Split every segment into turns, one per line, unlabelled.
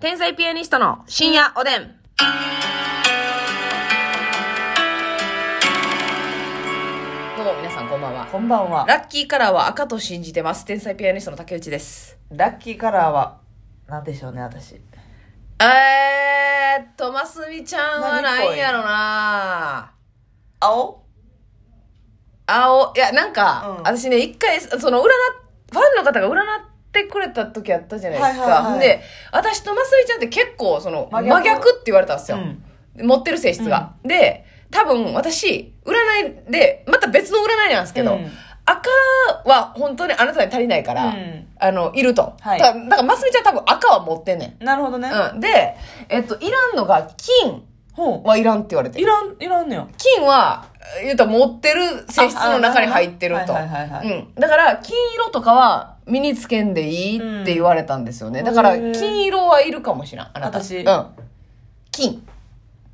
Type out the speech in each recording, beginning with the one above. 天才ピアニストの深夜おでん。どうも皆さんこんばんは。
こんばんは。
ラッキーカラーは赤と信じてます。天才ピアニストの竹内です。
ラッキーカラーは、なんでしょうね、私。
えーっと、ますみちゃんはなんやろな
青
青、いや、なんか、
うん
私ね、一回、その、占っ、ファンの方が占ってくれた時あったじゃないですか。
はいはいはい
で、私とますみちゃんって結構、その、真
真
逆
逆
って言われたんですよ。
うん
持ってる性質が。で、多分、私、占いで、また別の占いなんですけど、
うん
赤は本当にあなたに足りないから、
うん
あの、いると。
はい
だから、だからますみちゃん多分赤は持ってんねん。
なるほどね。
うん。で、えっと、いらんのが、金
ほ
はいらんって言われて
う。い。らん、いらんのよ。
金は、言うたら持ってる性質の中に入ってると。
ああなるほどねはいはいはいは
うん。だから、金色とかは身につけんでいいって言われたんですよね。
うん
だから、
へー
金色はいるかもしらん。あなた。
私
うん。金。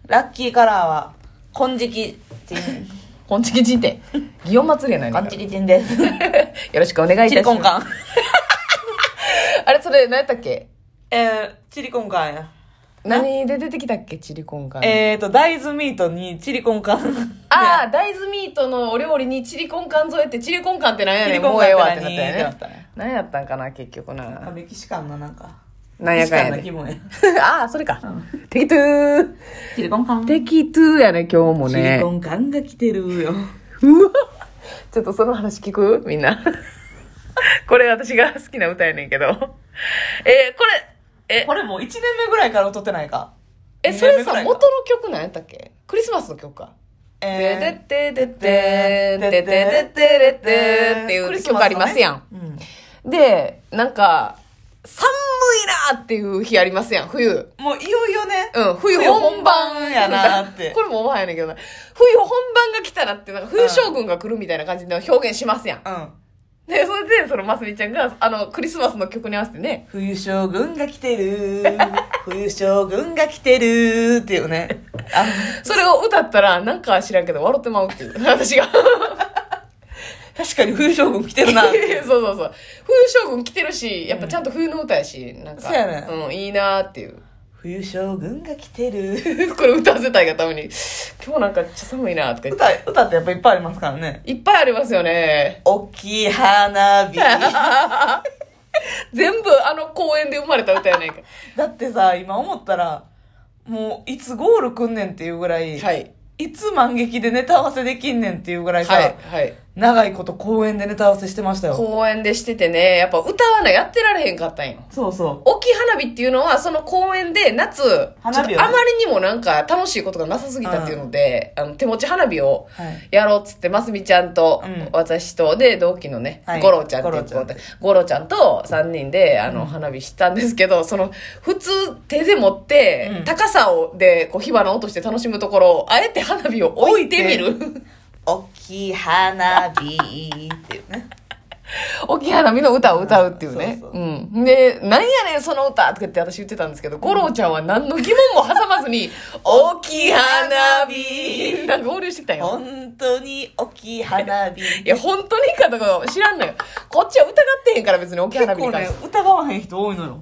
ラッキーカラーは、金色人。
本地人って、祇園祭りやないの
金色人で す。
よろしくお願いいたします。
チリコンカン。
あれ、それ、何やったっけ
えー、チリコンカンや。
何で出てきたっけチリコンカン。
えーと、大豆ミートにチリコンカン。
ああ、大豆ミートのお料理にチリコンカン添えて、チリコンカンって何や
チ
ね
リ
ん、
コ
も
ン
うええわ
カ
っ
ン
て
って
なったよ
何だ
ね
っ。たね。
何やったんかな、結局な。
メキシカンのなんか、
なんやかんや
メキシカンな
で
気。分や。
ああ、それか。適当
チリコンカン。チ
適当やね、今日も
リ
ね
コ。ンカンが来てるよ。
うわちょっとその話聞くみんな。これ私が好きな歌やねんけど。えー、これ、え、
これもう1年目ぐらいから歌ってないか。
え、それさ、
二年目ぐらいか
元の曲なんやったっけクリスマスの曲か。でで
え
ってでってでってでってでってっていう曲ありますやん。
ー、うん。
で、なんか、寒いなーっていう日ありますやん、冬。
もういよいよね。
うん、冬本番やなっ
冬本番やな
て。
って
これもお前やねんけどな。冬本番が来たらって、なんか冬将軍が来るみたいな感じで表現しますやん。
うん。
で、それで、その、ますみちゃんが、あの、クリスマスの曲に合わせてね、
冬将軍が来て る。冬将軍が来てる。っていうね。あ
それを歌ったら、なんか知らんけど、笑ってまうっていう。 私が。
確かに冬将軍来てる なっ
そう
ていう。
そうそう。冬将軍来てるし、やっぱちゃんと冬の歌やし、なんか。
そうやね
うん、いいなーっていう。
冬将軍が来てる。
これ歌わせたいがために、今日なんかちょっと寒いなーとか言って。
歌、歌ってやっぱいっぱいありますからね。
いっぱいありますよね。
大きい花 火。だ
全部あの公園で生まれた歌やないか。
ってさ、今思ったら、もういつゴールくんねんっていうぐらい、
はい。
いつ満劇でネタ合わせできんねんっていうぐらいさ、
はい。はい。
長いこと公演でネタ合わせしてましたよ。
公園でしててね、やっぱ歌わなやってられへんかったんよ。
そうそう。
沖花火っていうのは、その公園で夏、
花火
ちょ
をね
っとあまりにもなんか楽しいことがなさすぎたっていうので、あの手持ち花火を
はい
やろうっつって、ますみちゃんと、
うん
私と、で、同期のね、
はい
ゴロちゃんっていう
ゴロちゃん
子、ゴロちゃんと3人で、あの、花火したんですけど、その、普通手で持って、
うん
高さを、で、こう、火花落として楽しむところを、あえて花火を置いてみ
置
る。
大きい花火っていうね。
沖花見の歌を歌うっていうね。
そううそ
ん。で、なんやねん、その歌とかって私言ってたんですけど、五郎ちゃんは何の疑問も挟まずに、 沖花火なんか合流してきたんよ。
本当に大きい花火。
いや、本当にいいかとか知らんのよ。こっちは疑ってへんから別に沖
結
花火に
構
関
ね
して。、
疑わへん人多いのよ。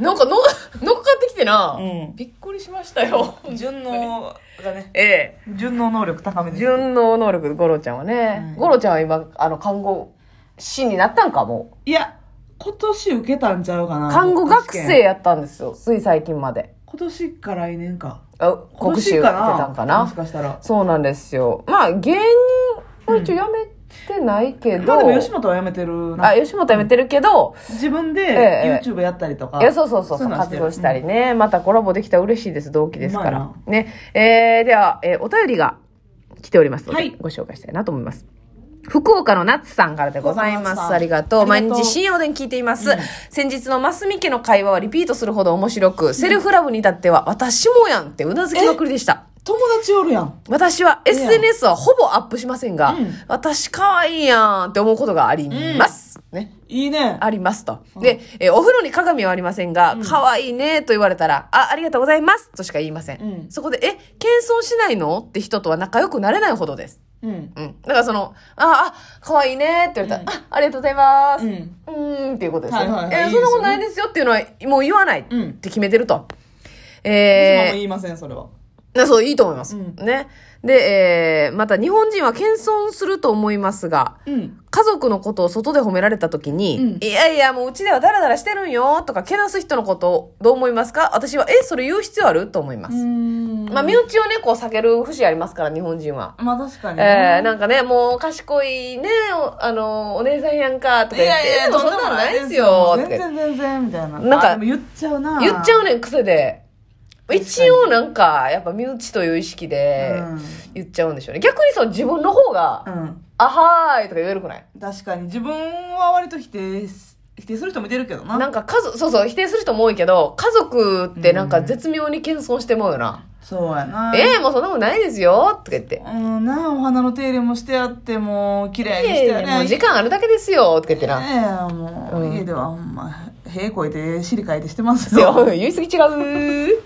なんかの、 乗っかってきてな、
うん
びっくりしましたよ。
順応がね、
ええ。
順応能力高めです。
順応能力、五郎ちゃんはね。
うん
五郎、ちゃんは今、あの、看護師になったんか、も
いや、今年受けたんちゃうか
う。
な。
看護学生
や。
やったんですよ、つい最近まで。
今年か来年か。
あ国試受けたんかな
もしかしたら。
そうなんですよまあ芸人を一応やめてないけ
ま
ど、
あでも吉本は辞めてるな
あ。吉本やめてるけど、
自分
ええ
で YouTube やったりとか。
いやそうそうそう
そうなんです
活
よ
動したりね、またコラボできたら嬉しいです同期ですから、
ま
ねえー、では、えーお便りが来ておりますので、
はい
ご紹介したいなと思います福岡のナツさんからでござい
福岡
ま
の
す。
ナツさん
ありがとう。
あ
毎
りがとう
日深夜おでん聞いています。
うん
先日のマスミ家の会話はリピートするほど面白く、セルフラブに至っては私もやんってうなずきまくりでした。
友達おるやん。
私は
やん
SNS はほぼアップしませんが、
うん
私可愛いやんって思うことがあります。ね。
いいね。
ありますと。で、えーお風呂に鏡はありませんが、可愛いねと言われたら、あ、ありがとうございますとしか言いません。
うん
そこで、え、謙遜しないのって人とは仲良くなれないほどです。
うん。
うん。だからその、あ、あ、可愛いねって言われたら、あ、ありがとうございます。
う。
うんーんっていうことですね。
はいはいはい
え
いいです
そ
よ
んなことないですよっていうのは、もう言わないっ
うん
て決めてると。
えも
え
言いません、それは。
ー、なそう、いいと思います。
うん
ね。で、えー、また日本人は謙遜すると思いますが、
うん。
家族のことを外で褒められた時に、
うん
いやいや、もううちではダラダラしてるんよとか、けなす人のことをどう思いますか私は、え、それ言う必要あると思います。
ん
まあ、身内をね、こう避ける節ありますから、日本人は。
まあ確かに。
えー、なんかね、もう賢いね、おあの、お姉さんやんか、とか
い
言って、
やいや、
でもそんなんないですよ、と
全
か言って
然全然、みたいな。
なんか
あでも言っちゃうな。
言っちゃうねん、癖で。一応なんか、やっぱ身内という意識で
うん
言っちゃうんでしょうね。逆にその自分の方が、
うん。
あはーいとか言えるくない
確かに、自分は割と否定す、否定する人もいてるけどな。
なんか家族、そうそう、否定する人も多いけど、家族ってなんか絶妙に謙遜してもうよな。
そうやな。
ええー、もうそんなことないですよ、とか言って。
うん、なお花の手入れもしてあって、もう綺麗にして
え
や
え
ね。
もう時間あるだけですよ、とか言ってな。
ええもう、
うん
家ではほんま、屁こいて、尻かいてしてます
そう
よ。
言い過ぎ違う。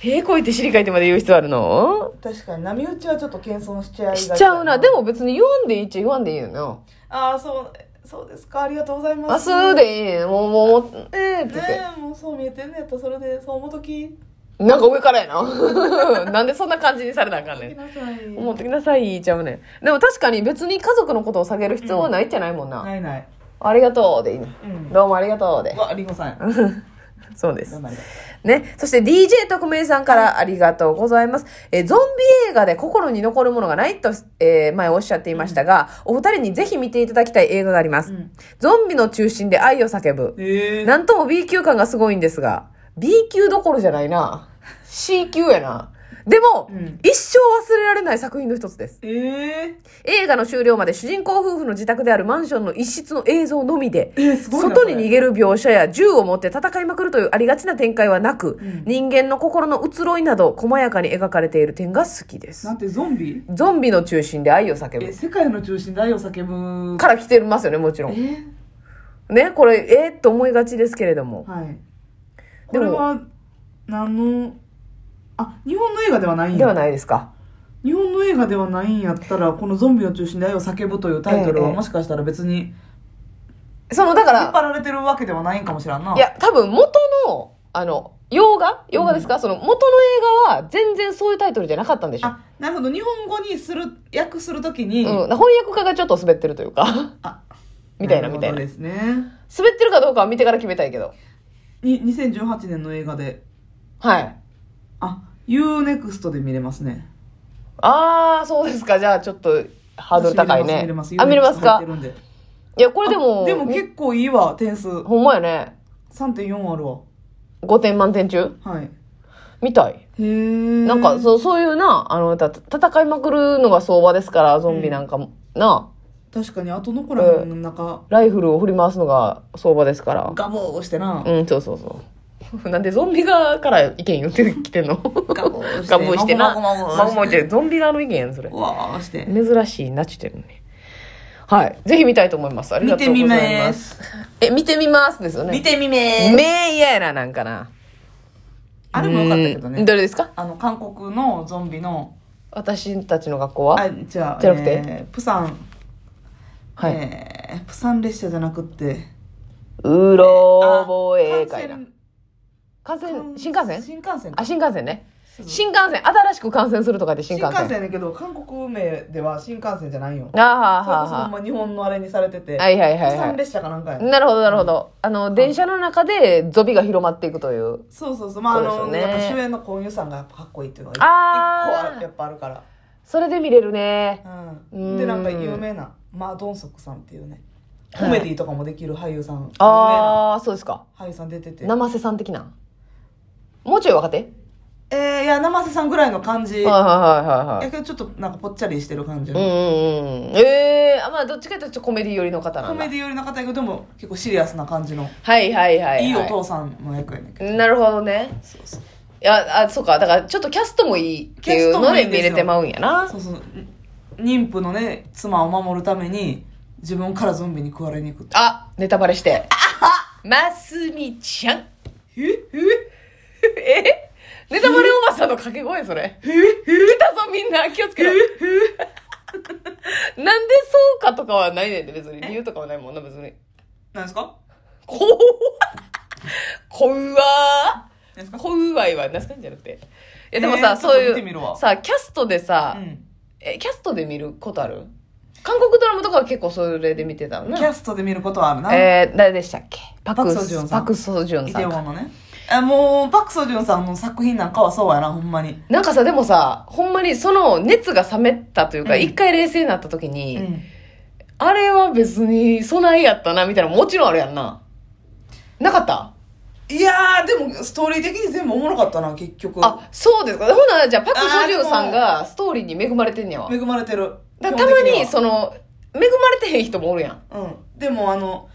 平行いて尻かいてまで言う必要あるの
確かに、波打ちはちょっと謙遜しちゃいがち
し
だ
ちゃうな。で。も別に言わんでいいっちゃ言わんでいいよな。
ああ、そう、そうですか、ありがとうございま
あ、
す。
そうでいいね。もう、もう、もうええって言って。
ねえ、もうそう見えてんねやったら、それで、そう思うとき、
なんか上からやな。 なんでそんな感じにされなあかんね
行き
ん。
なさい。
思っときなさい、言っちゃうねん。でも確かに別に家族のことを下げる必要はないじゃないもんな。
ないない。
ありがとうでいいね。
うん。
どうもありがとうで
う。わ、りんごさんや。
そうで
どう
す。
なんだ
ね。そして DJ 特命さんからありがとうございます。えーゾンビ映画で心に残るものがないと、えー前おっしゃっていましたが、お二人にぜひ見ていただきたい映画があります。
うん
ゾンビの中心で愛を叫ぶ。
ええ
なんとも B 級感がすごいんですが、B 級どころじゃないな。C 級やな。でも、
うん
一生忘れられない作品の一つです。
ええ
映画の終了まで主人公夫婦の自宅であるマンションの一室の映像のみで、
えすごいな
外に
それ
逃げる描写や銃を持って戦いまくるというありがちな展開はなく、
うん
人間の心の移ろいなど細やかに描かれている点が好きです
な。んてゾンビ
ゾンビの中心で愛を叫
え、
ぶ。
世界の中心で愛を叫ぶ。
から来てますよね、もちろ
え
ん。
ー
ね、これ、えーっと思いがちですけれども。
はい。こ
でも
れは、何の、あ、日本の映画ではないん
では
や。
ないですか。
日本の映画ではないんやったら、このゾンビの中心で愛を叫ぶというタイトル
え
は
え
もしかしたら別に、
その、だから、
引っ張られてるわけではないんかもしらんな。
い、や、多分元の、あの、洋画洋画ですか、その元の映画は全然そういうタイトルじゃなかったんでしょ。
あ、なるほど。日本語にする、訳するとき
う
に、
ん、翻訳家がちょっと滑ってるというか、
あ、
みたいな
る
み
ほ
たい
ど
な。
ですね。
滑ってるかどうかは見てから決めたいけど。
に、2018年の映画で、
はい。
あ、UNEXT で見れますね。
あー、そうですか。じゃあちょっとハードル高いね。
私見れます
あ、見れますか
見れます UNEXT 入ってるんで
いや、これでも、
あでも
み
結構いいわ、点数。
ほんまやね。
3.4あるわ。
5点満点中
はい。
みたい。
へえ。
なんか、そう、そういうな、あの、た戦いまくるのが相場ですから、ゾンビなんかも、な、
確かに、あと残らへんの中、
ライフルを振り回すのが相場ですから。
ガボーしてな。
うん、そうそうそう。 なんでゾンビ側から意見言ってきてんの
ガボーして
ガブしてな。
もごもごもご
まごもごしてゾンビ側の意見やん、それ
う。わーして。
珍しいなちゅてるのね。はい。ぜひ見たいと思います。ありが
見
と
て
う
み
ご
ま
ざいますす。
ーす。
え、見てみますですよね。
見てみめーす。
めー嫌やな、なんかな。
あれもよかったけど
うん
ね。
どれですか
あの、韓国のゾンビの、
私たちの学校は、
あ、じゃあ、
じゃなくて
えープサン、
はい。
えープサン列車じゃなくって、
うろ覚えかいな
あ。
感染
幹線
新幹線
新幹線
あ、新幹線ね。
そう
新幹線、新しく感染するとかで新
新
幹線。
幹線やねんけど、韓国名では新幹線じゃないよ。
あーは
そ
ー
れ
は
こそほん
ーは
ま日本のあれにされてて、
ー。はいはいはい
プ
は
サ
い
ン。列車かなんかや。
なるほど、なるほど。あの、電車の中でゾビが広まっていくという。
そうそうそう。まあ、あ
そ
の、
うですよね
やっぱ主演のコンユさんがやっぱかっこいいっていうのが一
あー
一個はやっぱあるから。
それで見れるね。
うん。
う
で、
ん
なんか有名な、マードンソクさんっていうね、コメディとかもできる俳優さん、有名な
ああ、そうですか。
俳優さん出てて。
生瀬さん的な。もうちょい若手はい
えー、いや、生瀬さんぐらいの感じ。
はい
や
はいはいはい。
けどちょっとなんかぽっちゃりしてる感じ
う
の。
んうんうん。ええー、あ、まあ、どっちかというとちょっとコメディ寄りの方な
コ
んだ
メ。ディ寄りの方やけど、でも結構シリアスな感じの。
はいはいはいはい。
いいお父さんの役やねんけど。
なるほどね。
そうそう。
いや、あ、そうか。だから、ちょっとキャストもいいっていうので見れてまうんやな
そ。うそうん妊婦のね妻を守るために自分からゾンビに食われに行くって
あ、ネタバレして。 ますみちゃん。
ええ
えネタバレおばさんの掛け声それ。来たぞみんな気をつけろ。 なんでそうかとかはないねんで、別に。理由とかはないもんな、別に。
なんですか
こわこうわ
なんです
ー
か
こうわいは、なすかんじゃなくて。いや、でも
え
さ、
ー
そう
ちょっと見てみ
い
る
う、
わ
さ、キャストでさ、
うん。
え、キャストで見ることある韓国ドラマとかは結構それで見てたの
キャ
ね。
ストで見ることはあるな。
えー、誰でしたっけパ
パ
ク
クソジュンさん
パクソジュン
イ
さ
テウ
ん
ォン
か。
のね。あもう、パクソジュンさんの作品なんかはそうやな、ほんまに。
なんかさ、でもさ、ほんまにその熱が冷めたというか、
うん
一、回冷静になった時に、
うん。
あれは別に備えやったな、みたいな、もちろんあるやんな。なかった
いやー、でも、ストーリー的に全部おもろかったな、結局。
あ、そうですか。ほな、じゃあ、パクソジュンさんがストーリーに恵まれてんねやわ。
恵まれてる。
だ
基
た
本
ま
的
に、
は
その、恵まれてへん人もおるやん。
うん。でも、あの、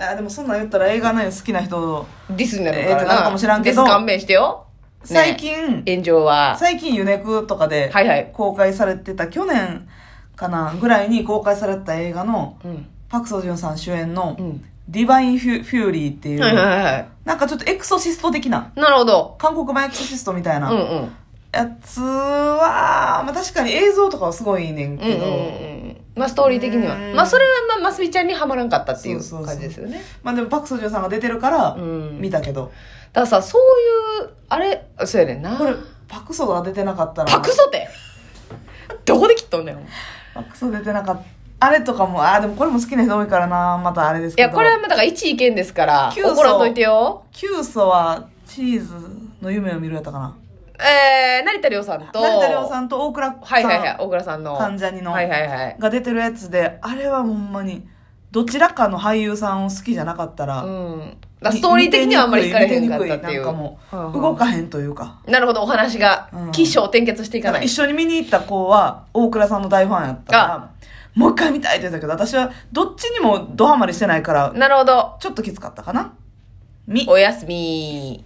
あでもそんなん言ったら映画の好きな人、
ディスになるからな。
えーとなるかもしらんけど
ディス勘弁してよ。
最近、
炎上は。
最近ユネクとかで
はいはい
公開されてた、去年かな、ぐらいに公開されてた映画の、
うん。
パクソジュンさん主演の
う、ん。
ディバインフュフューリーっていう、
はいはいは
なんかちょっとエクソシスト的な、
い。なるほど。
韓国版エクソシストみたいな、
うんうん。
やつは、まあ、確かに映像とかはすごいいいね
う
ん
んう
け
ん
ど、
うん。まあ、ストーリー的には
うん。
まあ、それは、まあ、ますみちゃんにはまらんかったっていう
そうそうそう
感じですよね。
まあでもパク・ソジュンさんが出てるから
うん
見たけど、
だからさ、そういう、あれ、そうやねんな。
これパク・ソが出てなかったら
パクソテどこで切っとんねん。
パクソ出てなかったあれとかもあーでもこれも好きな人多いからなまたあれです
い
けど
や、これはだから一意見ですから、
急須
怒らんといてよ。
キュウソはチーズの夢を見るやったかな
えー、成田凌さんと、
成田凌さ
ん
んと大倉さん、
はいはいはい、小倉さんの。
関ジャニの
はいはいはい。
が出てるやつであれはほんまにどちらかの俳優さんを好きじゃなかったら、
うん。だからストーリー的にはあんまり惹かれへんかったっていう。
見てにくいなんかもう
はあはあ
動かへんというか
なるほど、お話が
うん、
起承転結していか
だか
な
ら
い
一。緒に見に行った子は大倉さんの大ファンやったからもう一回見たいって言ってたけど私はどっちにもドハマりしてないから
なるほど。
ちょっときつかったかなみ
おやすみ。